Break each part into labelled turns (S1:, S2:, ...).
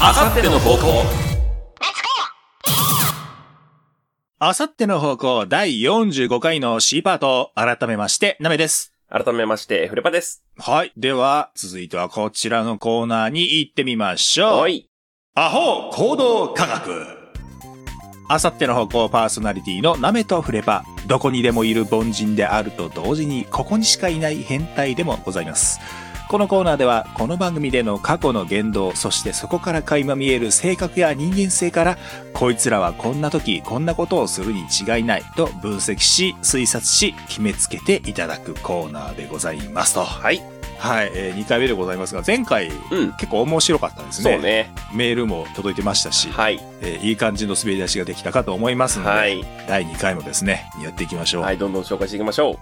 S1: あさっての方向
S2: あさっての方向第45回の C パート、改めまして、なめです。
S1: 改めまして、フレパです。
S2: はい。では、続いてはこちらのコーナーに行ってみましょう。
S1: おい。
S2: アホ行動科学あさっての方向パーソナリティのナメとフレパどこにでもいる凡人であると同時にここにしかいない変態でもございますこのコーナーではこの番組での過去の言動そしてそこから垣間見える性格や人間性からこいつらはこんな時こんなことをするに違いないと分析し推察し決めつけていただくコーナーでございますとは
S1: はい。
S2: い、え2回目でございますが前回
S1: うん。
S2: 結構面白かったです
S1: そうね。
S2: メールも届いてましたし、
S1: はい。
S2: えーいい感じの滑り出しができたかと思いますので、
S1: はい。
S2: 第2回もですね、やっていきましょう。
S1: はい。どんどん紹介していきましょ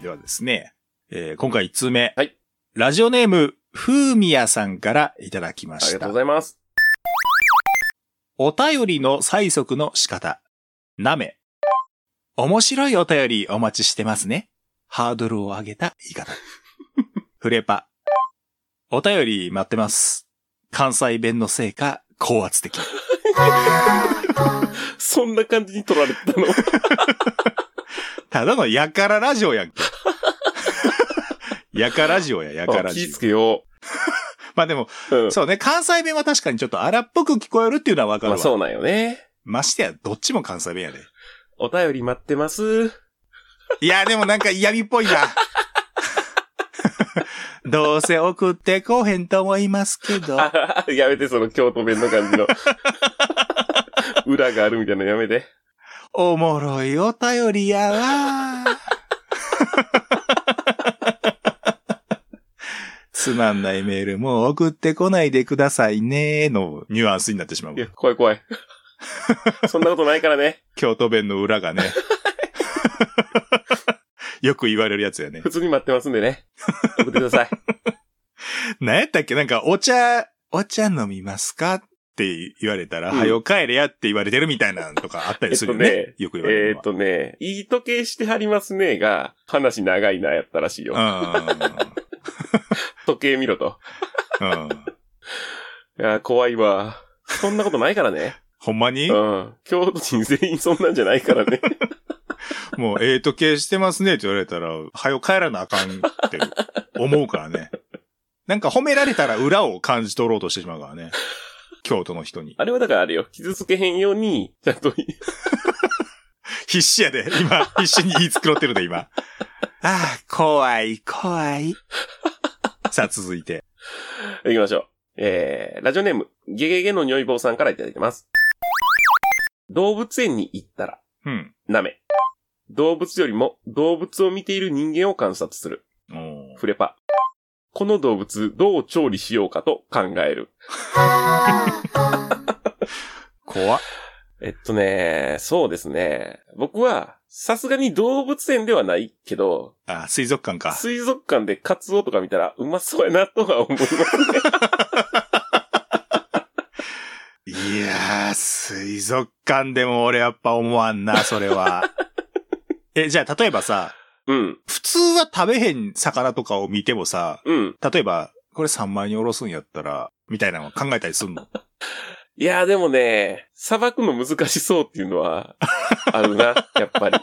S1: う。
S2: ではですね、えー今回1通目、
S1: はい
S2: ラジオネーム、ふうみやさんからいただきま
S1: あり
S2: し
S1: がとう
S2: た
S1: ご。ざいます。
S2: お便りの催促の仕方。なめ。面白いお便りお待ちしてますね。ハードルを上げた言い 方。フレパ。お便り待ってます。関西弁のせいか、高圧的。
S1: そんな感じに取られてたの
S2: ただのやからラジ オやんけ。やからジオや、やか
S1: あ
S2: ら
S1: 気
S2: ジ
S1: ぃ
S2: オ
S1: つ。けよ
S2: まあでも、
S1: う。うん。
S2: そうね、関西弁は確かにちょっと荒っぽく聞こえるっていうのはわかる
S1: ま
S2: わ。
S1: あそうなんよね。
S2: ましてや、どっちも関西弁やで。
S1: お便り待ってます。
S2: いや、でもなんか嫌味っぽいな。 どうせ送ってこうへんと思いますけど。
S1: あやめて、その京都弁の感じの。裏があるみたいなのやめて。
S2: おもろいお便りや わ。つまんないメールも送ってこないでくださいねのニュアンスになってしまう
S1: い。や、怖い怖い。そんなことないからね。
S2: 京都弁の裏がね。 よく言われるやつやね
S1: 普。通に待ってますんでね。送ってください。
S2: 何やったっけなんか、お茶、お茶飲みますかって言われたら、
S1: うん
S2: はよ帰れやって言われてるみたいなのとかあったりするよね。
S1: えっとね
S2: よく言われ
S1: え
S2: る
S1: ーっ
S2: の
S1: とね、いい時計してはりますねが、話長いな、やったらしいよ。
S2: は。
S1: 時計見ろと。
S2: うん。うん。
S1: いや、怖いわ。そんなことないからね。
S2: ほんま
S1: う
S2: に
S1: ん。京都人全員そんなんじゃないから ね。
S2: もう、ええ時計してますねって言われたら、はよ帰らなあかんって思うからね。なんか褒められたら裏を感じ取ろうとしてしまうからね。京都の人に。
S1: あれはだからあれよ。傷つけへんように、ちゃんと、
S2: 必死やで。今、必死に言い繕ってるで、今。ああ、怖い、怖い。さあ、続いて。
S1: 行きましょう。えー、ラジオネーム、ゲゲゲの匂い棒さんからいただいてます。動物園に行ったら、
S2: うん。
S1: なめ。動物よりも動物を見ている人間を観察する。
S2: おー
S1: フレパ。この動物、どう調理しようかと考える。
S2: 怖っ
S1: えっとね、そうですね。僕は、さすがに動物園ではないけど、
S2: あ、水族館か。
S1: 水族館でカツオとか見たらうまそうやなとは思いますね。
S2: いやー、水族館でも俺やっぱ思わんな、それは。え、じゃあ、例えばさ、
S1: うん、
S2: 普通は食べへん魚とかを見てもさ、
S1: うん。
S2: 例えば、これ3枚におろすんやったら、みたいなの考えたりすん の
S1: いやーでもね、砂漠の難しそうっていうのは、ある な、やっぱり。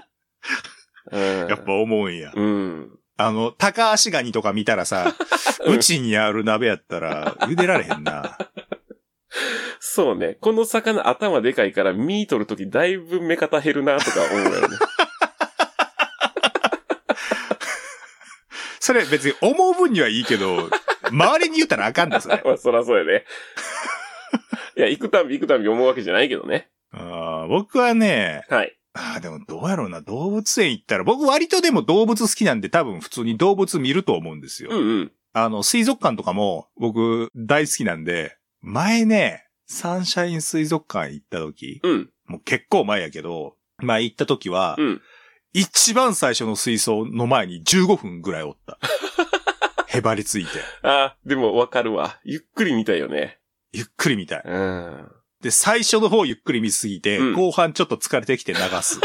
S1: うん、
S2: やっぱ思うんや。
S1: うん。
S2: あの、高足ガニとか見たらさ、
S1: うん
S2: うちにある鍋やったら、茹でられへんな。
S1: そうね。この魚頭でかいから見取るときだいぶ目方減るなとか思うよね。
S2: それ別に思う分にはいいけど、周りに言ったらあかんだ、それ。
S1: まあそらそうや ね。いや、行くたび行くたび思うわけじゃないけどね。
S2: あー僕はね、
S1: はい。
S2: あーでもどうやろうな、動物園行ったら、僕割とでも動物好きなんで多分普通に動物見ると思うんですよ。
S1: うんうん。
S2: あの、水族館とかも僕大好きなんで、前ね、サンシャイン水族館行った時、
S1: うん。
S2: もう結構前やけど、まあ行った時は、
S1: うん。
S2: 一番最初の水槽の前に15分ぐらい おった。へばりついて。
S1: あーでもわかるわ。ゆっくり見たいよね。
S2: ゆっくり見たい。
S1: うん。
S2: で、最初の方ゆっくり見すぎて、
S1: うん
S2: 後半ちょっと疲れてきて流す。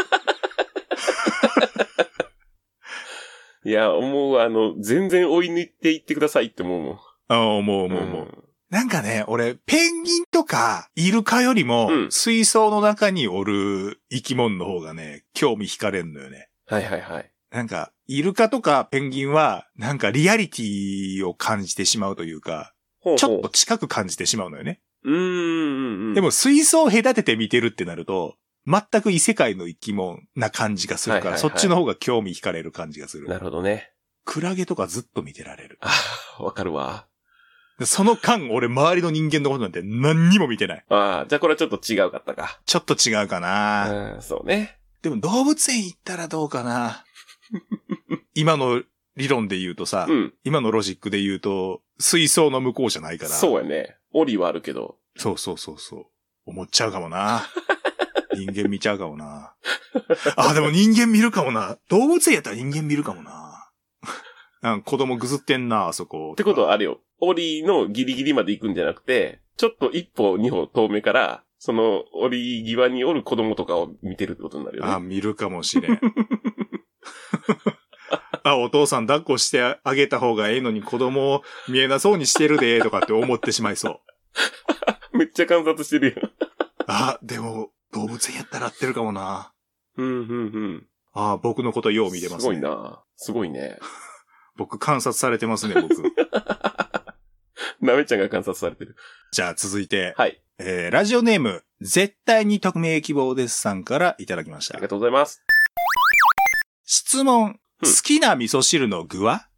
S1: いや、思うわあの、全然追い抜いていってくださいって思うもん。
S2: ああ、もうもうもう。
S1: ん
S2: なんかね、俺、ペンギンとか、イルカよりも、
S1: うん
S2: 水槽の中におる生き物の方がね、興味惹かれんのよね。
S1: はいはいはい。
S2: なんか、イルカとかペンギンは、なんかリアリティを感じてしまうというか、
S1: ほうほう
S2: ちょっと。近く感じてしまうのよね。
S1: うーんうんうん。
S2: で、も水槽を隔てて見てるってなると、全く異世界の生き物な感じがするから、
S1: はいはい
S2: そ
S1: はい
S2: っちの方が興味惹かれる感じがす
S1: なる
S2: る。
S1: ほどね。
S2: クラゲとかずっと見てられる。
S1: あーわかるわ。
S2: でその間、俺周りの人間のことなんて何にも見てない。
S1: ああ、じゃあこれはちょっと違うかったか。
S2: ちょっと違うかな、
S1: うん、そうね。
S2: でも動物園行ったらどうかな今の理論で言うとさ、
S1: うん。
S2: 今のロジックで言うと、水槽の向こうじゃないから。
S1: そうやね。オリはあるけど。
S2: そうそうそうそう。思っちゃうかもな。人間見ちゃうかもな。あ、でも人間見るかもな。動物園やったら人間見るかもな。なんか子供ぐずってんな、あそこ。っ
S1: ってことはあれよ。オリのギリギリまで行くんじゃなくて、ちょっと一歩二歩遠目から、その、オリ際におる子供とかを見てるってことになるよ
S2: あ、
S1: ね。
S2: 見るかも しれん。あ、お父さん抱っこしてあげた方がええのに子供見えなそうにしてるで、とかって思ってしまいそう。
S1: めっちゃ観察してるよ。
S2: あ、でも、動物園やったら合ってるかもな。
S1: うん、うん、うん。
S2: あ、僕のことよう見てますね。
S1: すごいな。すごいね。
S2: 僕観察されてますね、僕。
S1: なめちゃんが観察されてる。
S2: じゃあ続いて、
S1: はい。
S2: えー、ラジオネーム、絶対に匿名希望ですさんからいただきまし
S1: あ
S2: た
S1: りが。とうございます。
S2: 質問、
S1: うん
S2: 好きな味噌汁の具は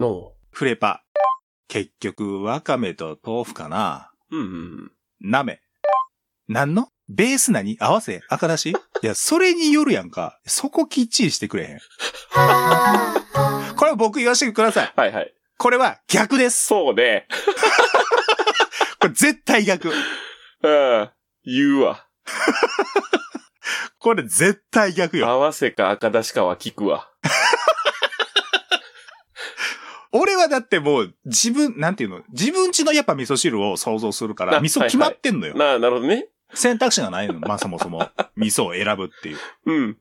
S1: の
S2: フレパ。結局、わかめと豆腐かな。
S1: うんうん。
S2: なめ。なんのベース何合わせ赤だしいや、それによるやんか。そこきっちりしてくれへん。これは僕言わせてください。
S1: はいはい。
S2: これは逆です。
S1: そうね。
S2: これ絶対逆。
S1: うん。言うわ。
S2: これ絶対逆よ。
S1: 合わせか赤出しかは聞くわ。
S2: 俺はだってもう自分、なんていうの自分家のやっぱ味噌汁を想像するから、
S1: あ
S2: 味噌決まってんのよ。
S1: なあ、なるほどね。
S2: 選択肢がないの。まあそもそも。味噌を選ぶっていう。
S1: うん。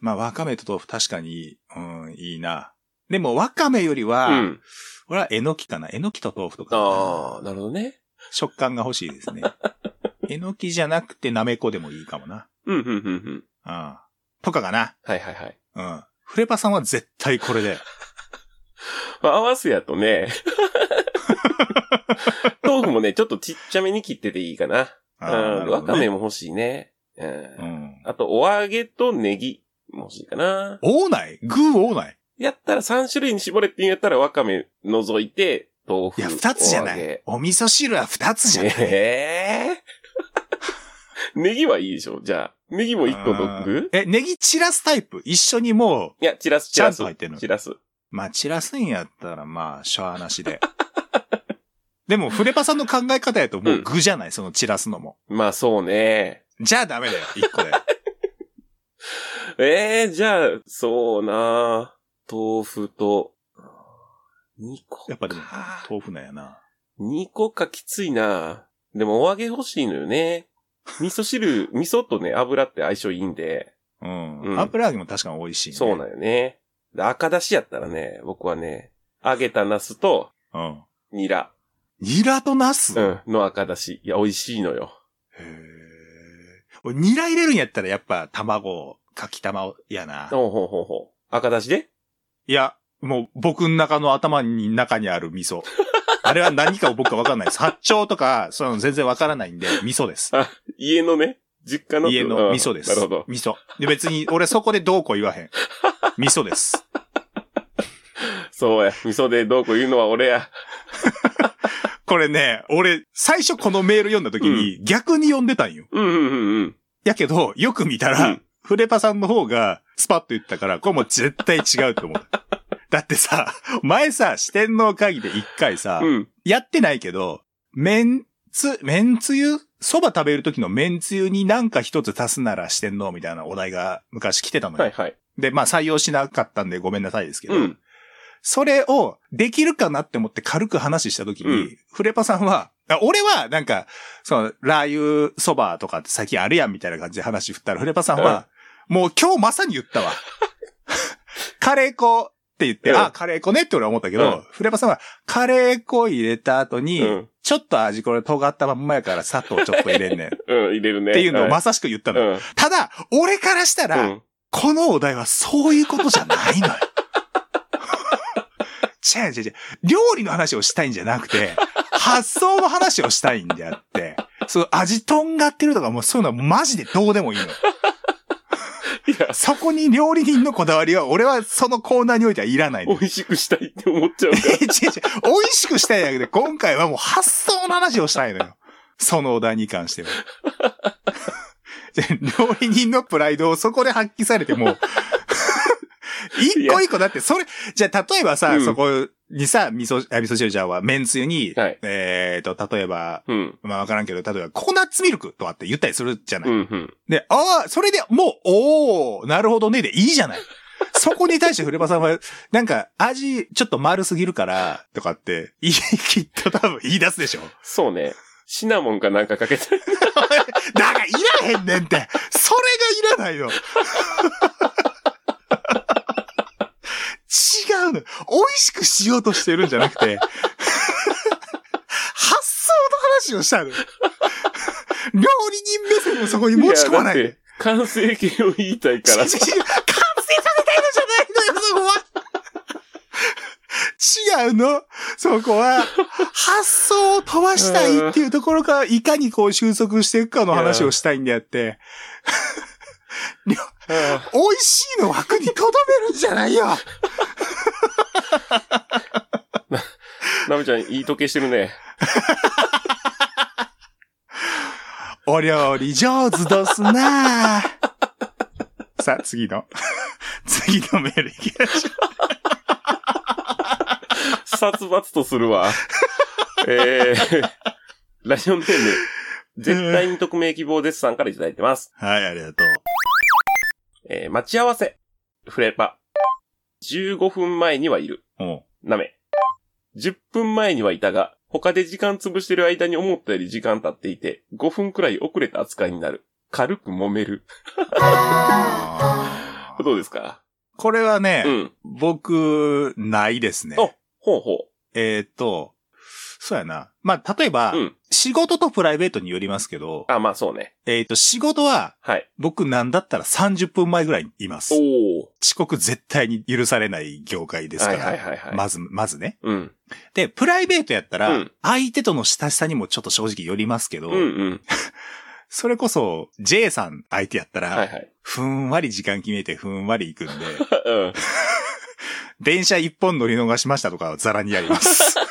S2: まあわかめと豆腐確かに、うん、いいな。でもわかめよりは、
S1: うん。
S2: 俺はえのきかな。えのきと豆腐とかかな。
S1: ああ、なるほどね。
S2: 食感が欲しいですね。 えのきじゃなくてなめこでもいいかもな。
S1: うん、うん、うん、うん。
S2: うん。とかかな。
S1: はいはいはい。
S2: うん。フレパさんは絶対これで。
S1: まあ、合わせやと ね。豆腐もね、ちょっとちっちゃめに切ってていいかな。
S2: あー
S1: うん。わか。
S2: な
S1: め
S2: る
S1: も欲しいね。う
S2: ほど
S1: ん。
S2: ね
S1: あと、お揚げとネギも欲しいかな。
S2: うん。オーナイグーオーナイ
S1: やったら3種類に絞れって言うんやったらわかめ除いて、豆腐。
S2: いや、二つじゃな
S1: お揚げ
S2: い。お味噌汁は二つじゃない。
S1: ええ ネギはいいでしょじゃあ。ネギも一個の具
S2: え、ネギ散らすタイプ一緒にもう、
S1: いや、チラス、チ
S2: ちゃ
S1: ラ
S2: ん
S1: ス
S2: と。入ってるの
S1: チラス。
S2: まあ散らすんやったらまあ、しょうなし で。でも、フレパさんの考え方やともう具じゃない、その散らすのも。
S1: まあそうね。
S2: じゃあダメだよ、一 個で。
S1: ええじゃあ、そうな豆腐と、2個か。
S2: やっぱでも豆腐なんやな。
S1: 2個かきついなでもお揚げ欲しいのよね。味噌汁、味噌とね、油って相性いいんで、
S2: うん。
S1: うん
S2: 油揚げも確かに美味しい、ね。
S1: そうなんよね。で赤だしやったらね、僕はね、揚げたナスと
S2: うん。
S1: ニラ、
S2: ニラとナス、
S1: う
S2: へ
S1: ん、の赤だし。いや、美味しいのよ。
S2: え。俺ニラ入れるんやったらやっぱ卵、かき卵やな。
S1: ほうほうほうほう。赤だしで
S2: いや、もう僕の中の頭に中にある味 噌。あれは何かを僕はわかんないです。八丁とか、そういうの全然わからないんで、味噌です。
S1: 家のね、実家の。
S2: 家
S1: う
S2: の
S1: ん
S2: 味噌です。
S1: なるほど。
S2: 味噌。で、別に俺そこでどうこう言わへん。味噌です。
S1: そうや。味噌でどうこう言うのは俺や。
S2: これね、俺、最初このメール読んだ時に逆に読んでたんよ。
S1: うんうんうんうん。
S2: やけど、よく見たら、
S1: うん
S2: フレパさんの方がスパッと言ったから、これもう絶対違うと思う。だってさ、前さ、四天王会議で一回さ、
S1: うん。
S2: やってないけど、めんつ、めんつゆ蕎麦食べる時のめんつゆになんか一つ足すならしてんのみたいなお題が昔来てたのよ。
S1: はいはい。
S2: で、まあ採用しなかったんでごめんなさいですけど、
S1: うん。
S2: それをできるかなって思って軽く話した時に、
S1: うん
S2: フレパさんは、あ俺はなんか、その、ラー油蕎麦とかって最近あるやんみたいな感じで話振ったら、フレパさんは、もう今日まさに言ったわ。 カレー粉って言って、
S1: うん
S2: あ、カレー粉ねって俺は思ったけど、
S1: うん
S2: フレパさんは、カレー粉入れた後に、
S1: うん。
S2: ちょっと味これ尖ったまんまやから砂糖ちょっと入れんねん。っ
S1: うん、入れるね。
S2: ていうのを
S1: は
S2: まさしく言ったの。
S1: うん。
S2: ただ、俺からしたら、
S1: うん
S2: このお題はそういうことじゃないのよ。違う違う違う。料理の話をしたいんじゃなくて、発想の話をしたいんであって、その味とんがってるとかもうそういうのはマジでどうでもいいの。
S1: いや、
S2: そこに料理人のこだわりは、俺はそのコーナーにおいてはいらないの
S1: 美。味しくしたいって思っちゃう か
S2: え違う違う。美味しくしたいだけで、今回はもう発想の話をしたいのよ。そのお題に関しては。じゃ料理人のプライドをそこで発揮されても、 一個一個だって、それ、じゃあ例えばさ、
S1: うん
S2: そこにさ、味噌、あ味噌汁じゃあは、麺つゆに、
S1: ら。はい。
S2: えーと、例えば、
S1: うん。
S2: まあわからんけど、例えばココナッツミルクとかって言ったりするじゃない。
S1: うん、うん。
S2: で、ああ、それでもう、おおなるほどね、でいいじ ゃない。そこに対してフレパさんは、なんか、味、ちょっと丸すぎるから、とかって、いい、きっと多分言い出すでしょ。
S1: そうね。シナモンかなんかかけたい。
S2: だから、いらへんねんってそれがいらないの違うの。美味しくしようとしてるんじゃなく て、発想の話をしたの。料理人目線をそこに持ち込まない
S1: やだ
S2: で
S1: っ。て完成形を言いたいか
S2: 違う違う
S1: ら。
S2: 完成させたいのじゃないのよ、そこは。違うの。そこは、発想を飛ばしたいっていうところから、いかにこう収束していくかの話をしたいんであって、
S1: あ
S2: 美味しいの枠にとどめるんじゃないよ。
S1: あナムちゃん、いい時計してるね。
S2: お料理上手どすなさあ、次の。次のメールいきましょう。
S1: 殺伐とするわ。 えー、ラジオネーム、絶対に匿名希望ですさんからいただいてます。
S2: はい、ありがとう。
S1: えー、待ち合わせ。フレパ。15分前にはいる。
S2: おう
S1: なめ。10分前にはいたが、他で時間潰してる間に思ったより時間経っていて、5分くらい遅れた扱いになる。軽く揉める。
S2: あー
S1: どうですか
S2: これはね、
S1: うん。
S2: 僕、ないですね。
S1: お、ほうほ
S2: えーっ、と、そうやな。まあ、例えば、
S1: う。うん。
S2: 仕事とプライベートによりますけど、
S1: あ、まあそうね。
S2: えーっ、と、仕事は、
S1: はい。
S2: 僕なんだったら30分前ぐらいにいます。
S1: おお。
S2: 遅刻絶対に許されない業界ですか
S1: は
S2: ら。
S1: いはいはいはい。
S2: まず、まずね。
S1: うん。
S2: で、プライベートやったら、
S1: うん
S2: 相手との親しさにもちょっと正直よりますけど、
S1: うんうん。
S2: それこそ、J さん相手やったら、
S1: はいはい。
S2: ふんわり時間決めてふんわり行くんで、
S1: うん。
S2: 電車一本乗り逃しましたとかはザラにやります。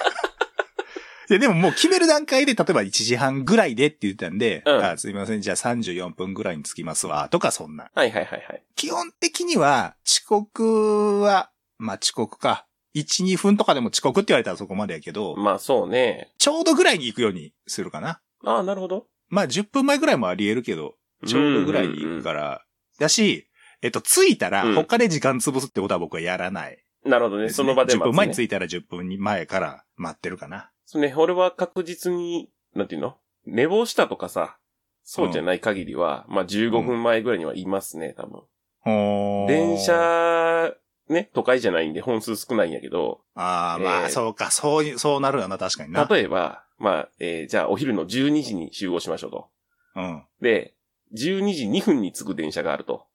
S2: いや、でももう決める段階で、例えば1時半ぐらいでって言ったんで、
S1: うん
S2: あすいません、じゃあ34分ぐらいに着きますわ、とかそんな。
S1: はいはいはいはい。
S2: 基本的には、遅刻は、まあ遅刻か。1、2分とかでも遅刻って言われたらそこまでやけど、
S1: まあそうね。
S2: ちょうどぐらいに行くようにするかな。
S1: ああ、なるほど。
S2: まあ10分前ぐらいもあり得るけど、ちょうどぐらいに行くから。だし、えっと、着いたら
S1: うん
S2: 他で時間潰すってことは僕はやらない。
S1: なるほどね。その場で
S2: 10分前に
S1: 待つ、
S2: 着
S1: ね。
S2: いたら10分前から待ってるかな。
S1: そうね、俺は確実に、なんていうの寝坊したとかさ、そうじゃない限りは、まあ15分前ぐらいにはいますね、多分。
S2: ほー
S1: 電。車、ね、都会じゃないんで本数少ないんやけど、
S2: ああ、ま
S1: え
S2: あ、
S1: ー
S2: そうか、そういう、そうなるよな、確かにな。
S1: 例えば、まあ、えーじゃあお昼の12時に集合しましょうと。
S2: うん。
S1: で、12時2分に着く電車があると。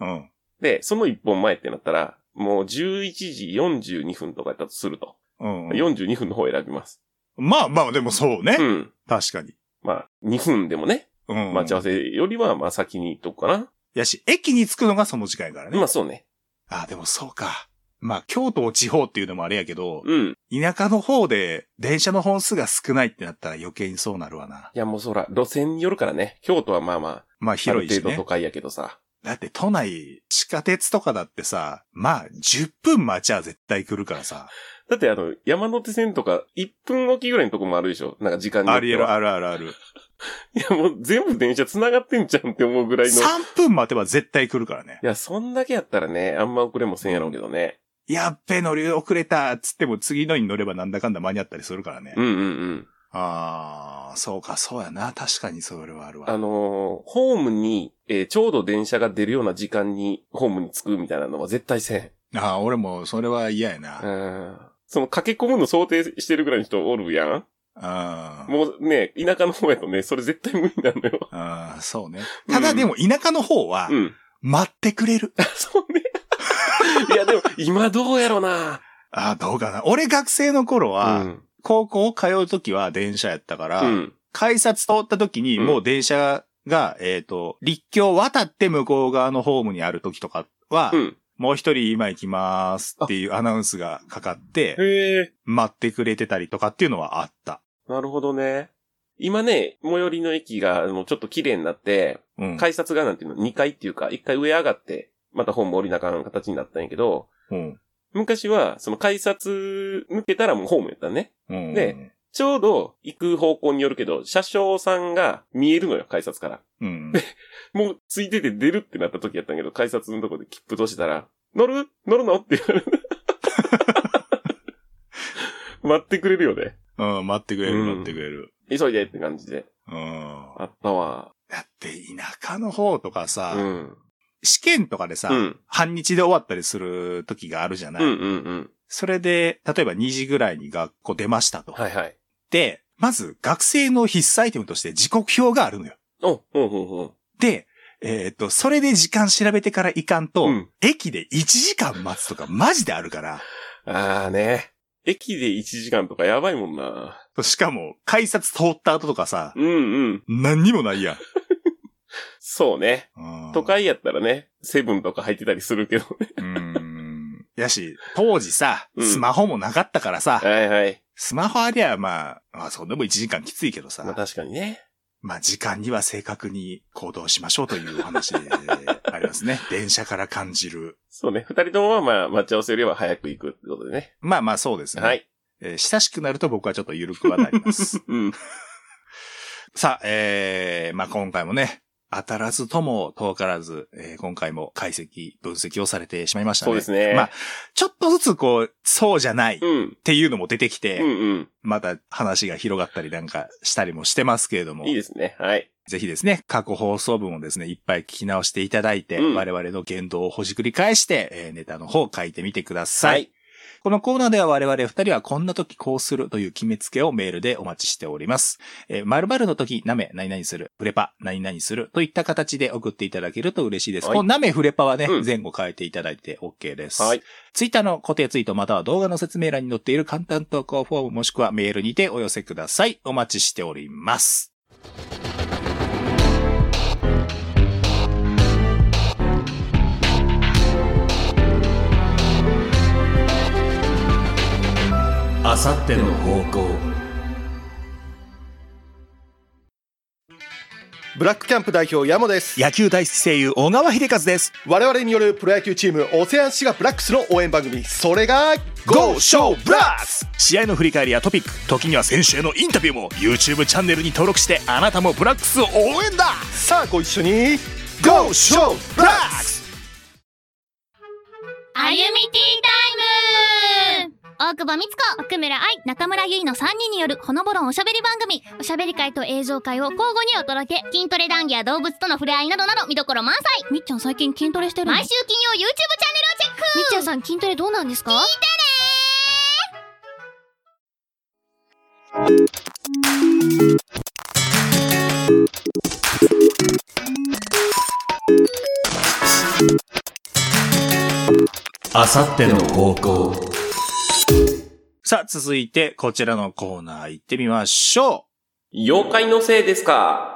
S2: うん。
S1: で、その1本前ってなったら、もう11時42分とかだとすると。
S2: うん。
S1: 42分の方を選びます。
S2: まあまあ、でもそうね。
S1: うん。
S2: 確かに。
S1: まあ、2分でもね、
S2: うん。
S1: 待ち合わせよりは、まあ先に行っとくかな。
S2: やし、駅に着くのがその時間やからね。
S1: まあそうね。
S2: ああ、でもそうか。まあ、京都地方っていうのもあれやけど、
S1: うん。
S2: 田舎の方で電車の本数が少ないってなったら余計にそうなるわな。
S1: いやもうそら、路線によるからね。京都はまあまあ、
S2: まあ、広い
S1: あ
S2: し
S1: る程度
S2: ね
S1: 都。会やけどさ。
S2: だって都内、地下鉄とかだってさ、まあ、10分待ちは絶対来るからさ。
S1: だってあの、山手線とか、1分おきぐらいのとこもあるでしょなんか時間によ
S2: あ
S1: って
S2: るある
S1: は。
S2: あるあるある。
S1: いやもう全部電車繋がってんじゃんって思うぐらいの。い
S2: 3分待てば絶対来るからね。
S1: や、そんだけやったらね、あんま遅れもせんやろうけどね。
S2: やっべ、乗り遅れたっつっても次のに乗ればなんだかんだ間に合ったりするからね。
S1: うんうんうん。
S2: ああ、そうか、そうやな。確かにそれはあるわ。
S1: あのーホームに、えーちょうど電車が出るような時間に、ホームに着くみたいなのは絶対せん。
S2: ああ、俺もそれは嫌や
S1: う
S2: な。
S1: ん。その駆け込むの想定してるぐらいの人おるやん
S2: あー
S1: もうね、田舎の方やとね、それ絶対無理なのよ。
S2: あー、そうね。
S1: うん
S2: ただでも田舎の方は
S1: う、ん。
S2: 待ってくれる。
S1: そう ね。いや、でも、今どうやろな。
S2: ああ、どうかな。俺学生の頃は、
S1: うん。
S2: 高校通う時は電車やったから、
S1: うん。
S2: 改札通った時に
S1: うん
S2: もう電車が、えっ、と、立橋渡って向こう側のホームにある時とかは、
S1: うん。
S2: もう一人今行きますっていうアナウンスがかかって、
S1: へえ。
S2: 待ってくれてたりとかっていうのはあった。
S1: なるほどね。今ね、最寄りの駅がもうちょっと綺麗になって、
S2: うん。
S1: 改札がなんていうの、2階っていうか、1階上上がって、またホーム降りなあかん形になったんやけど、
S2: うん。
S1: 昔は、その改札抜けたらもうホームやったね。
S2: うん。
S1: ねちょうど行く方向によるけど、車掌さんが見えるのよ、改札から。
S2: うん。
S1: もうついてて出るってなった時やったんやけど、改札のとこで切符通してたら、乗る乗るのって言われる。待ってくれるよね。
S2: うん、待ってくれ
S1: う
S2: る、
S1: ん
S2: 待ってくれる。
S1: 急いでって感じで。
S2: うん。
S1: あったわ。
S2: だって田舎の方とかさ、
S1: うん。
S2: 試験とかでさ、
S1: うん。
S2: 半日で終わったりする時があるじゃない、
S1: うんうんうん。
S2: それで、例えば2時ぐらいに学校出ましたと。
S1: はいはい。
S2: で、まず学生の必須アイテムとして時刻表があるのよ。
S1: お、ほうほうほ
S2: で、えっ、と、それで時間調べてから行かんと、
S1: うん
S2: 駅で1時間待つとかマジであるから、
S1: う。あーね。駅で1時間とかやばいもんな。
S2: しかも、改札通った後とかさ、
S1: うんうん。
S2: 何にもないやん。
S1: そうね。
S2: うん
S1: 都。会やったらね、セブンとか入ってたりするけどね。
S2: うん。やし、当時さ、
S1: うん
S2: スマホもなかったからさ、
S1: はいはい。
S2: スマホありゃまあ、まあそんでも1時間きついけどさ、
S1: まあ確かにね。
S2: まあ時間には正確に行動しましょうというお話であります ね。電車から感じる。
S1: そうね。二人ともはまあ、待ち合わせよりは早く行くってことでね。
S2: まあまあそうですね。
S1: はい。
S2: えー親しくなると僕はちょっと緩くはなります。
S1: うん。
S2: さあ、えー、まあ今回もね、当たらずとも遠からず、えー今回も解析、分析をされてしまいましたね。
S1: そうですね。
S2: まあ、ちょっとずつこう、そうじゃないっ
S1: うん。
S2: ていうのも出てきて、
S1: うん
S2: また話が広がったりなんかしたりもしてますけれど
S1: う
S2: も。
S1: ん。いいですね。はい。
S2: ぜひですね、過去放送分をですね、いっぱい聞き直していただいて、
S1: うん
S2: 我々の言動をほじくり返して、えーネタの方を書いてみてください。。このコーナーでは我々二人はこんな時こうするという決めつけをメールでお待ちしております。えー、〇〇の時、なめ、何々する、フレパ、何々するといった形で送っていただけると嬉しいです。
S1: はい
S2: このなめ、フレパはね、
S1: うん
S2: 前後変えていただいて OK です。
S1: はい。
S2: ツイッターの固定ツイートまたは動画の説明欄に載っている簡単投稿フォームもしくはメールにてお寄せください。お待ちしております。あさっての方向。
S3: ブラックキャンプ代表山です
S2: 野球大好き声優、小川秀和です。
S3: 我々によるプロ野球チームオセアンシガブラックスの応援番組それが
S2: Go
S3: Show ブラックス
S2: 試合の振り返りやトピック、時には選手へのインタビューも YouTube チャンネルに登録して、あなたもブラックスを応援だ
S3: さあご一緒に Go Show ブラックス
S4: あゆみティータイム大久保美津子、奥村愛、中村ゆいの3人によるほのぼろんおしゃべり番組おしゃべり会と映像会を交互にお届け筋トレ談義や動物との触れ合いなどなど見どころ満載みっちゃん最近筋トレしてる毎週金曜 YouTube チャンネルをチェックみっちゃんさん筋トレどうなんですか聞いてね
S2: あさっての方向。さあ、続いて、こちらのコーナー行ってみましょ
S1: 妖怪のせいですか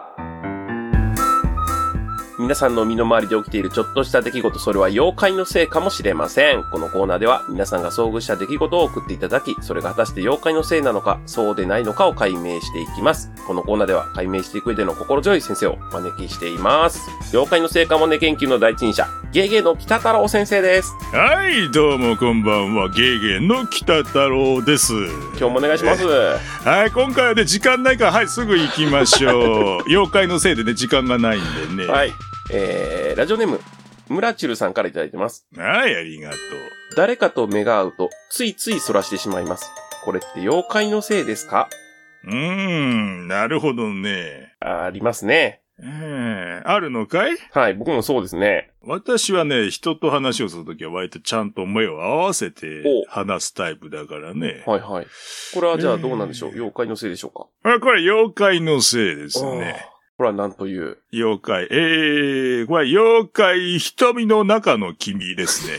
S1: 皆さんの身の回りで起きているちょっとした出来事、それは妖怪のせいかもしれません。このコーナーでは皆さんが遭遇した出来事を送っていただき、それが果たして妖怪のせいなのか、そうでないのかを解明していきます。このコーナーでは解明していく上での心強い先生をお招きしています。妖怪のせいかもね研究の第一人者、ゲゲの北太郎先生です。
S2: う。はい、どうもこんばんは、ゲゲの北太郎です。
S1: 今日もお願いします。
S2: はい、今回はね、時間ないから、はい、すぐ行きましょ う。妖怪のせいでね、時間がないんでね。。
S1: はいい。えー、ラジオネーム、ムラチュルさんからいただいてます。
S2: はい、ありがとう。
S1: 誰かと目が合うと、ついついそらしてしまいます。これって妖怪のせいですか
S2: うーん、なるほどね。
S1: ありますね。
S2: えー、あるのかい
S1: はい、僕もそうですね。
S2: 私はね、人と話をするときは割とちゃんと目を合わせて
S1: お
S2: 話すタイプだからね。
S1: はいはい。これはじゃあどうなんでしょう、
S2: えー
S1: 妖怪のせいでしょうか
S2: あこれ妖怪のせいですね
S1: あ。ーこれはなんという。
S2: 妖怪。えー、これ妖怪瞳の中の君で すね。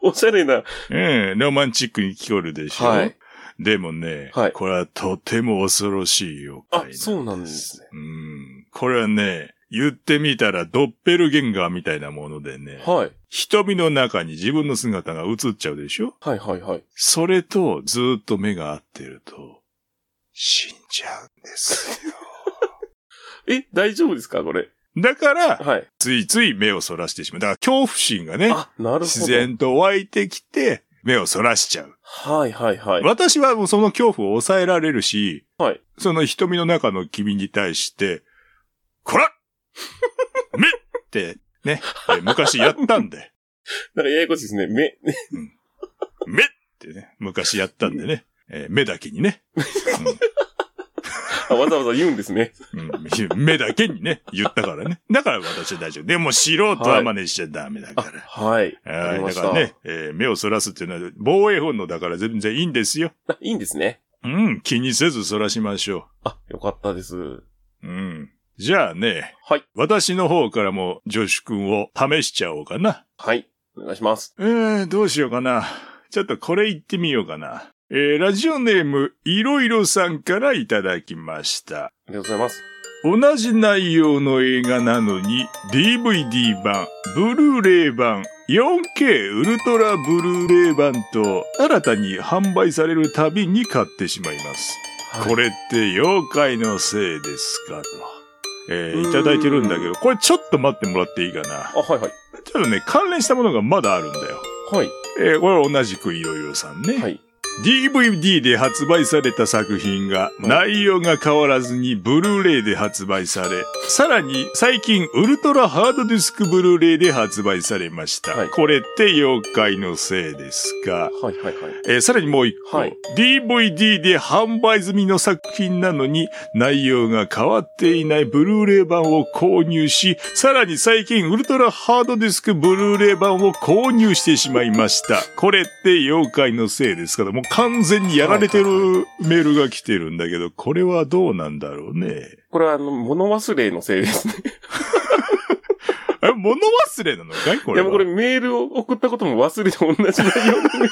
S1: おしゃれな。
S2: うん、ロマンチックに聞こえるでしょ。
S1: はい。
S2: でもね、
S1: はい
S2: これはとても恐ろしい妖
S1: あ
S2: 怪なん、です。
S1: そうなんですね。
S2: うん。これはね、言ってみたらドッペルゲンガーみたいなものでね、
S1: はい。
S2: 瞳の中に自分の姿が映っちゃうでしょ
S1: はいはいはい。
S2: それとずーっと目が合ってると、死んじゃうん ですよ。
S1: え、大丈夫ですかこれ。
S2: だから、
S1: はい。
S2: ついつい目をそらしてしまう。だから恐怖心がね、
S1: あ、なるほど。
S2: 自。然と湧いてきて、目をそらしちゃう。
S1: はいはいはい。
S2: 私はもうその恐怖を抑えられるし、
S1: はい
S2: その瞳の中の君に対して、こら 目ってね、えー昔やったんで、
S1: なんかややこしいですね。目、
S2: 目ってね、昔やったんでね、えー目だけにね、
S1: あわざわざ言うんですね。
S2: うんうん目だけにね、言ったからね。だから私は大丈夫。でも素人は真似しちゃダメだ
S1: あ
S2: から。
S1: はい。わか
S2: は
S1: り
S2: い、
S1: ま
S2: だ
S1: し
S2: か
S1: た。
S2: らね、えー目をそらすっていうのは防衛本能だから全然いいんですよ。
S1: あいいんですね。
S2: うん、気にせずそらしましょ
S1: あ、よかったです。
S2: う。うん。じゃあね、
S1: はい。
S2: 私の方からも、助手君を試しちゃおうかな。
S1: はい。お願いします。
S2: えー、どうしようかな。ちょっとこれ言ってみようかな。えー、ラジオネーム、いろいろさんからいただきました。
S1: ありがとうございます。
S2: 同じ内容の映画なのに、DVD 版、ブルーレイ版、4K ウルトラブルーレイ版と、新たに販売されるたびに買ってしまいます。これって妖怪のせいですかと。えーいただいてるんだけど、これちょっと待ってもらっていいかな
S1: あ、。はいはい。
S2: ちょっとね、関連したものがまだあるんだよ。
S1: はい。
S2: えーこれは同じくいろいろさんね。
S1: はい。
S2: DVD で発売された作品が、内容が変わらずにブルーレイで発売され、さらに最近ウルトラハードディスクブルーレイで発売されました。
S1: はい
S2: これって妖怪のせいですか
S1: はいはいはい。
S2: えーさらにもう一個、
S1: はい
S2: DVD で販売済みの作品なのに内容が変わっていないブルーレイ版を購入し、さらに最近ウルトラハードディスクブルーレイ版を購入してしまいました。これって妖怪のせいですから、もう完全にやられてる
S1: はいは
S2: メールが来てるんだけど、これはどうなんだろうね。
S1: これは、あの、物忘れのせいですね。
S2: え、物忘れなのかいこ
S1: い
S2: れ
S1: や、
S2: は
S1: もうこれメールを送ったことも忘れて同じ内 容なんで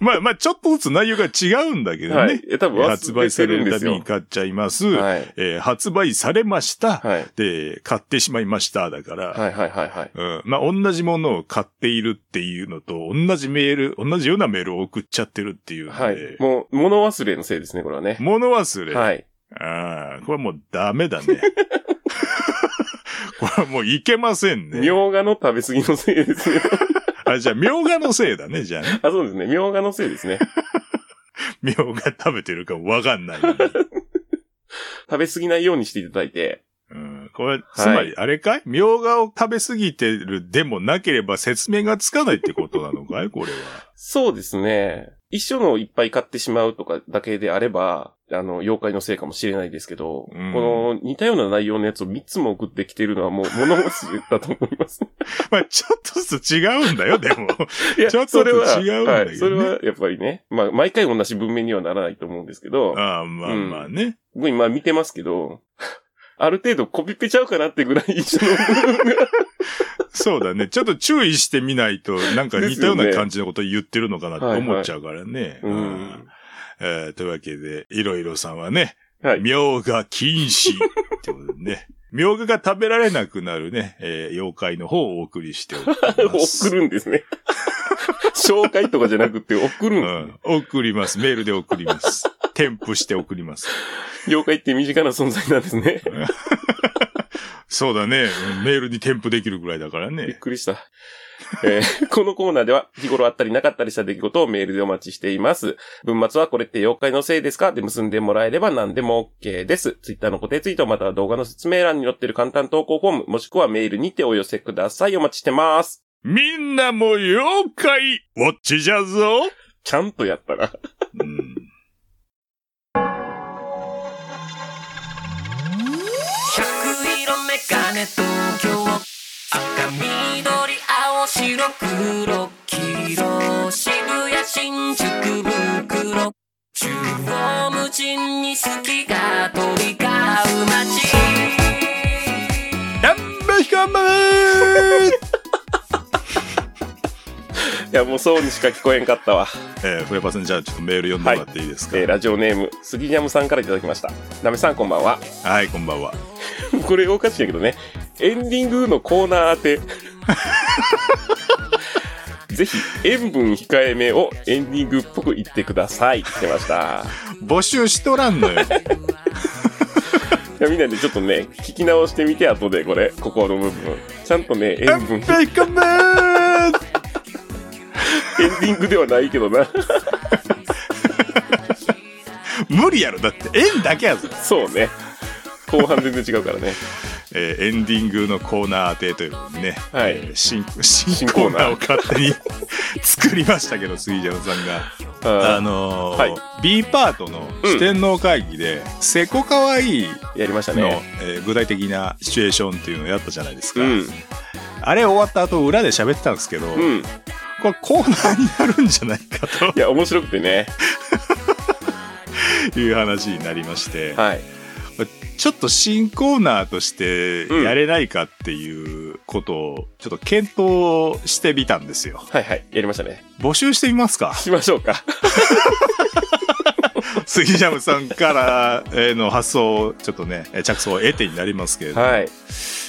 S2: まあまあ、ちょっとずつ内容が違うんだけどね。
S1: はい。え、多分
S2: 発
S1: 忘れ
S2: 売さ
S1: て
S2: れ
S1: るん
S2: る
S1: で
S2: た
S1: す
S2: びに
S1: よ。
S2: 買っちゃいます。
S1: はい。
S2: えー発売されました。
S1: はい。
S2: で、買ってしまいました。だから、
S1: はいはいはいはい。
S2: うん。まあ、同じものを買っているっていうのと、同じメール、同じようなメールを送っちゃってるっていうので、
S1: はい。もう、物忘れのせいですね、これはね。
S2: 物忘れ。
S1: はい。
S2: ああ、これもうダメ だね。これはもういけません
S1: み
S2: ね。
S1: ょうがの食べ過ぎのせいですね。
S2: あ、じゃあ、みょうがのせいだね、じゃあね。
S1: あ、そうですね。みょうがのせいですね。
S2: みょうが食べてるかわかんない のに。
S1: 食べ過ぎないようにしていただいて。
S2: うん、これ、つまり、あれかいみょうがを食べ過ぎてるでもなければ説明がつかないってことなのかいこれは。
S1: そうですね。一緒のをいっぱい買ってしまうとかだけであれば、あの、妖怪のせいかもしれないですけど、
S2: うん
S1: この似たような内容のやつを3つも送ってきてるのはもう物忘れだと思い ます。
S2: まあ、ちょっとずつ違うんだよ、でも。
S1: いや
S2: ちょっと
S1: それは
S2: 違うんだけどね
S1: はい。それはやっぱりね、まあ、毎回同じ文面にはならないと思うんですけど、
S2: ああ、まあまあね。
S1: 僕今見てますけど、 ある程度コピペちゃうかなってぐらい 一緒の文面が
S2: そうだね。ちょっと注意してみないと、なんか似たような感じのこと言ってるのかなって思っちゃうからね。
S1: う
S2: うん
S1: ん。
S2: えーというわけで、いろいろさんはね、
S1: はい
S2: みょうが禁止ってことでね。みょうがが食べられなくなるね、えー妖怪の方をお送りしております。
S1: 送るんです ね。紹介とかじゃなくて送るん
S2: う
S1: ですね
S2: ん。送ります。メールで送ります。添付して送ります。
S1: 妖怪って身近な存在なんですね。
S2: そうだね。うんメールに添付できるぐらいだから
S1: びっ
S2: ね。
S1: くりした。えー このコーナーでは日頃あったりなかったりした出来事をメールでお待ちしています。文末はこれって妖怪のせいですかで結んでもらえれば何でも OK です。Twitter の固定ツイートまたは動画の説明欄に載っている簡単投稿フォームもしくはメールにてお寄せください。お待ちしてます。
S2: みんなも妖怪、ウォッチじゃぞ
S1: ちゃんとやった ら。
S2: うんナンバー
S1: いや、もうそうにしか聞こえんかったわ。
S2: えー、フレパスにじゃあちょっとメール読んでもらっていいですか、は
S1: えー
S2: い、
S1: ラジオネーム、スギニャムさんからいただきました。なめさんこんばんは。
S2: こんばんは。
S1: これおかしいんやけどね。エンディングのコーナー当て。 ぜひ、塩分控えめをエンディングっぽく言ってください。ってました。
S2: 募集しとらんのよ。
S1: いやみんなでちょっとね、聞き直してみて、後でこれ、ここの部分。ちゃんとね、塩 分、エンデ
S2: はい、こんばんは
S1: ィングではないけどな。
S2: 無理やろ、だって、縁だけやぞ。
S1: そうね。後半全然違うからね。
S2: えーエンディングのコーナー当てということでね、
S1: はい
S2: えー新新
S1: 新
S2: コ
S1: コ
S2: ー
S1: ー
S2: ナ
S1: ナー
S2: ーを勝手に作りましたけど、杉山さんが。あ
S1: あ
S2: の
S1: は
S2: ー
S1: い
S2: B パートの四天王会議で、セコかわいい
S1: ーやりました
S2: の、
S1: ね。
S2: えー具体的なシチュエーションっていうのをやったじゃないですか。
S1: うん。
S2: あれ終わった後、裏で喋ってたんですけど、
S1: うん。い
S2: これコーナーになるんじゃないか
S1: や、面白くてね。
S2: という話になりまして、
S1: はい。
S2: ちょっと新コーナーとして
S1: うん
S2: やれないかっていうことをちょっと検討してみたんですよ。
S1: はいはい。やりましたね。
S2: 募集してみま すか
S1: しましょうか。
S2: 杉ジャムさんからえーの発想をちょっとね、えー着想を得てになりますけれども。
S1: はい。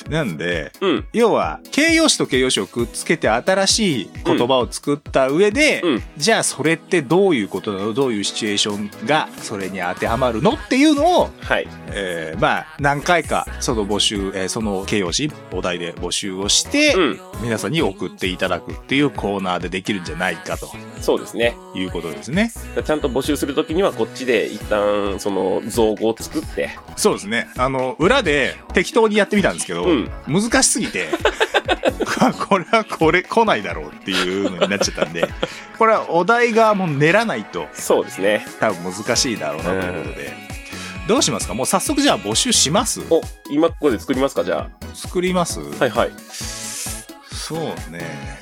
S2: なんで、
S1: うん。
S2: 要は形容詞と形容詞をくっつけて新しい言葉を作った上で、
S1: うん
S2: じゃあそれってどういうことなのどういうシチュエーションがそれに当てはまるのっていうのを
S1: はい。
S2: えーまあ何回かその募集、えーその形容詞お題で募集をして、
S1: うん。
S2: 皆さんに送っていただくっていうコーナーでできるんじゃないかと
S1: そうですね。
S2: いうことですね
S1: ちゃんと募集するときには、こっちで一旦、その、造語を作って。
S2: そうですねあの裏で適当にやってみたんですけど、
S1: うん
S2: 難しすぎて これはこれ来ないだろうっていうのになっちゃったんでこれはお題がもう練らないと
S1: そうですね。
S2: 多分難しいだろうなということで、どうしますかもう早速じゃあ募集します
S1: お、今ここで作りますか、じゃ
S2: 作ります
S1: あ。はいはい。
S2: そうね。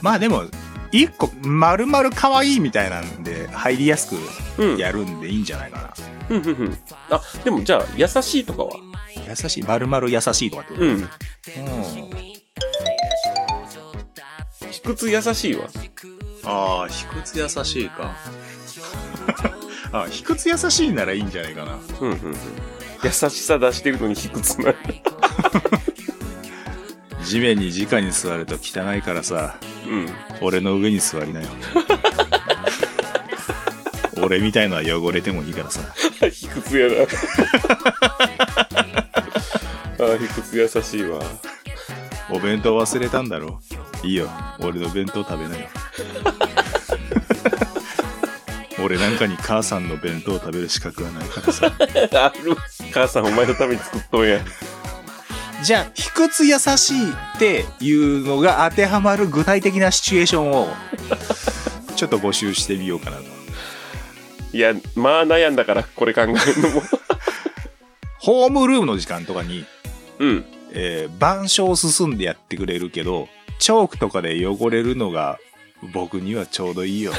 S2: まあでも、一個、まるまる可愛いみたいなんで、入りやすく
S1: うん。
S2: やるんでいいんじゃないかな。
S1: うんうんうん。あ、でもじゃあ、優しいとかは
S2: 優しい、まるまる優しいとかってこと。
S1: うん。
S2: うん
S1: 卑屈優しいわ。
S2: ああ、卑屈優しいか。 あ卑屈優しいならいいんじゃないかな。
S1: うんうんうん。優しさ出してるのに卑屈な。
S2: 地面に直に座ると汚いからさ、
S1: うん。
S2: 俺の上に座りな よ。俺みたいのは汚れてもいいからさ。
S1: 卑屈やな。 あー卑屈優しいわ。
S2: お弁当忘れたんだろいいよ俺の弁当食べな よ俺なんかに母さんの弁当を食べる資格はないからさ
S1: ある。母さんお前のために作っとんや。
S2: じゃあ卑屈優しいっていうのが当てはまる具体的なシチュエーションを ちょっと募集してみようかなと
S1: いや、まあ悩んだから、これ考えるのも。
S2: ホームルームの時間とかに、
S1: うん。
S2: えー、板書を進んでやってくれるけどチョークとかで汚れるのが僕にはちょうどいい よ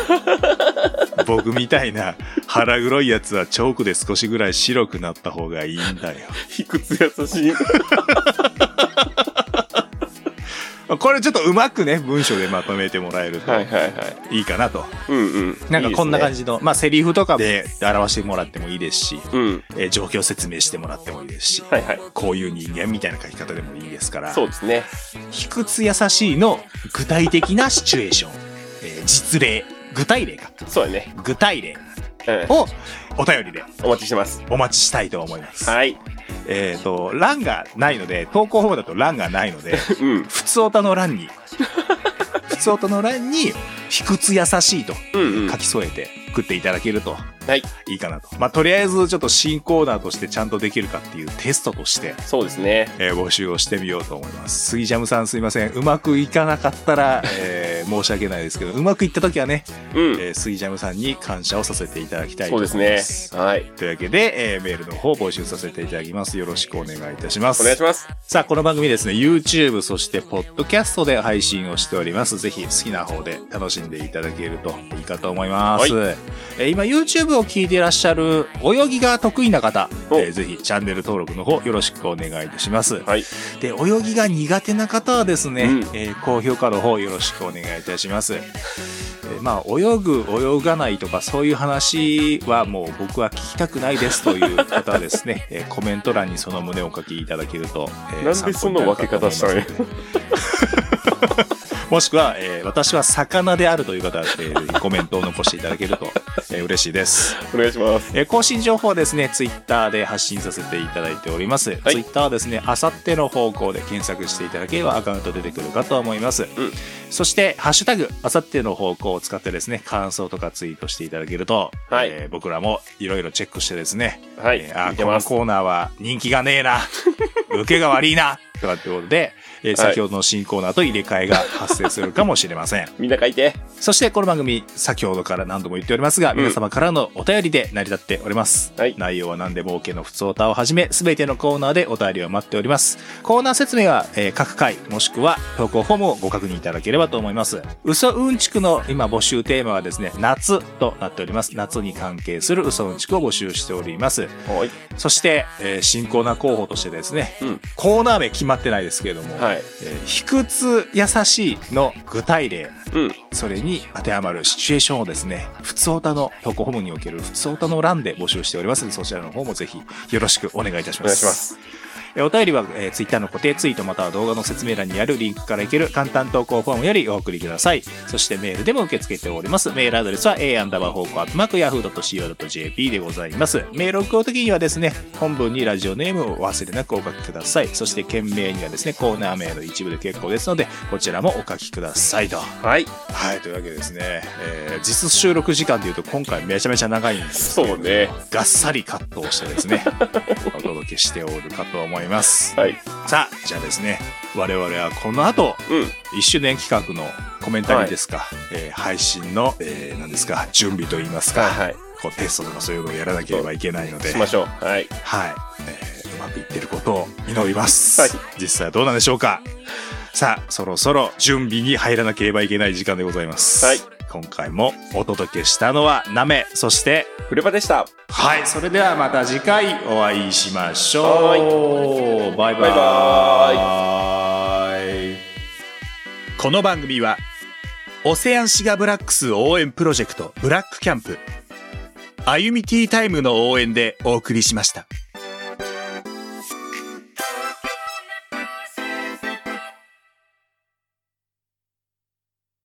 S2: 僕みたいな腹黒いやつはチョークで少しぐらい白くなった方がいいんだよ
S1: 卑屈優しい。
S2: これちょっとうまくね文章でまとめてもらえると
S1: はいはいはい。
S2: いいかなと、
S1: うんうん。
S2: なんかこんな感
S1: じ。
S2: じのまあセリフとかで表してもらってもいいですし、
S1: うん。
S2: えー状況説明してもらってもいいですし、
S1: はいはい。
S2: こういう人間みたいな書き方でもいいですから
S1: そうですね。
S2: 卑屈優しいの具体的なシチュエーション、えー実例具体例か
S1: そうやね。
S2: 具体例
S1: うん。
S2: をお便りで
S1: お待ちしてます。
S2: お待ちしたいと思います、
S1: はい。
S2: えっ、と欄がないので投稿フォームだと欄がない ので
S1: うん。
S2: 普通歌の欄に普通歌の欄に卑屈優しいと
S1: うんうん。
S2: 書き添えて送っていただけると
S1: はい。
S2: いいかなとまあとりあえずちょっと新コーナーとしてちゃんとできるかっていうテストとして
S1: そうですね。
S2: えー募集をしてみようと思います。杉ジャムさんすいません。うまくいかなかったら、えー申し訳ないですけど、うまくいった時はね、
S1: うん。
S2: えー、杉ジャムさんに感謝をさせていただきたいと
S1: そう
S2: 思
S1: で
S2: います
S1: す。ね。はい。
S2: というわけで、えーメールの方募集させていただきます。よろしくお願いいたします。
S1: お願いします。
S2: さあ、この番組ですね、YouTube、そして、ポッドキャストで配信をしております。ぜひ、好きな方で楽しんでいただけるといいかと思います。
S1: は
S2: えー今、YouTube を聞いていらっしゃる泳ぎが得意な方、
S1: お
S2: えーぜひチャンネル登録の方よろしくお願いいたします。
S1: はい
S2: で、泳ぎが苦手な方はですね、
S1: うん
S2: えー高評価の方よろしくお願いいたします。えーまあ、泳ぐ、泳がないとかそういう話はもう僕は聞きたくないですという方はで すね、えーコメント欄にその旨をお書きいただけると、え
S1: なんでそんな分け方したの
S2: 参考になるかと思いますのでもしくは、えー私は魚であるという方は、えーコメントを残していただけると、えー嬉しいです。
S1: お願いします。
S2: えー更新情報はですね、ツイッターで発信させていただいております。
S1: い
S2: ツイッターはですね、あさっての方向で検索していただければアカウント出てくるかと思います。そして、ハッシュタグ、あさっての方向を使ってですね、感想とかツイートしていただけると、
S1: はい
S2: えー僕らもいろいろチェックしてですね、
S1: はい、
S2: えーあ
S1: い
S2: ー、
S1: け
S2: この
S1: ます。
S2: コーナーは人気がね えな、受けが悪いな、とかってことで、
S1: は
S2: えー
S1: い
S2: 先ほどの新コーナーと入れ替えが発生するかもしれません。
S1: みんな書いて。
S2: そしてこの番組、先ほどから何度も言っておりますが、
S1: ん
S2: 皆様からのお便りで成り立っております。
S1: はい
S2: 内容は何でも OK の普通歌をはじめ、すべてのコーナーでお便りを待っております。コーナー説明は、えー各回、もしくは投稿フォームをご確認いただければと思います。嘘うんちくの今募集テーマはですね、夏となっております。夏に関係する嘘うんちくを募集しております。
S1: はい。
S2: そして、えー新コーナー候補としてですね、
S1: うん
S2: コーナー名決まってないですけれども、
S1: はい。
S2: えー卑屈優しいの具体例、
S1: うん。
S2: それに当てはまるシチュエーションをですね、普通オタの投稿ホームにおける普通オタの欄で募集しておりますので、そちらの方もぜひよろしくお願いいたし
S1: お
S2: ま
S1: 願
S2: す。
S1: いします。
S2: えお便りは、えー、Twitter の固定ツイートまたは動画の説明欄にあるリンクからいける簡単投稿フォームよりお送りください。そしてメールでも受け付けております。メールアドレスは a アンダーバー方向アットマーク yahoo.co.jp でございます。メールを送るときにはですね、本文にラジオネームをお忘れなくお書きください。そして件名にはですね、コーナー名の一部で結構ですので、こちらもお書きくださいと。
S1: はい。
S2: はい、というわけでですね、えー実収録時間でいうと今回めちゃめちゃ長いんですけれど
S1: そうね。
S2: がっさりカットをし てですね、お届けしておるかと思います。
S1: はい。
S2: さあ、じゃあですね、我々はこの後、
S1: うん。
S2: 1周年企画のコメンタリーですか、えー配信の、えー何ですか、準備といいますか、
S1: はいはい
S2: こうテストとかそういうのをやらなければいけないので、
S1: しましょう。はい。
S2: はい、えーうまくいってることを祈ります、
S1: はい
S2: 実際はどうなんでしょうかさあそろそろ準備に入らなければいけない時間でございます、
S1: はい
S2: 今回もお届けしたのはナメそして
S1: フレパでした。
S2: はいそれではまた次回お会いしましょうバイバ
S1: バ
S2: イ
S1: イ
S2: この番組はオセアンシガブラックス応援プロジェクトブラックキャンプ歩みティータイムの応援でお送りしました。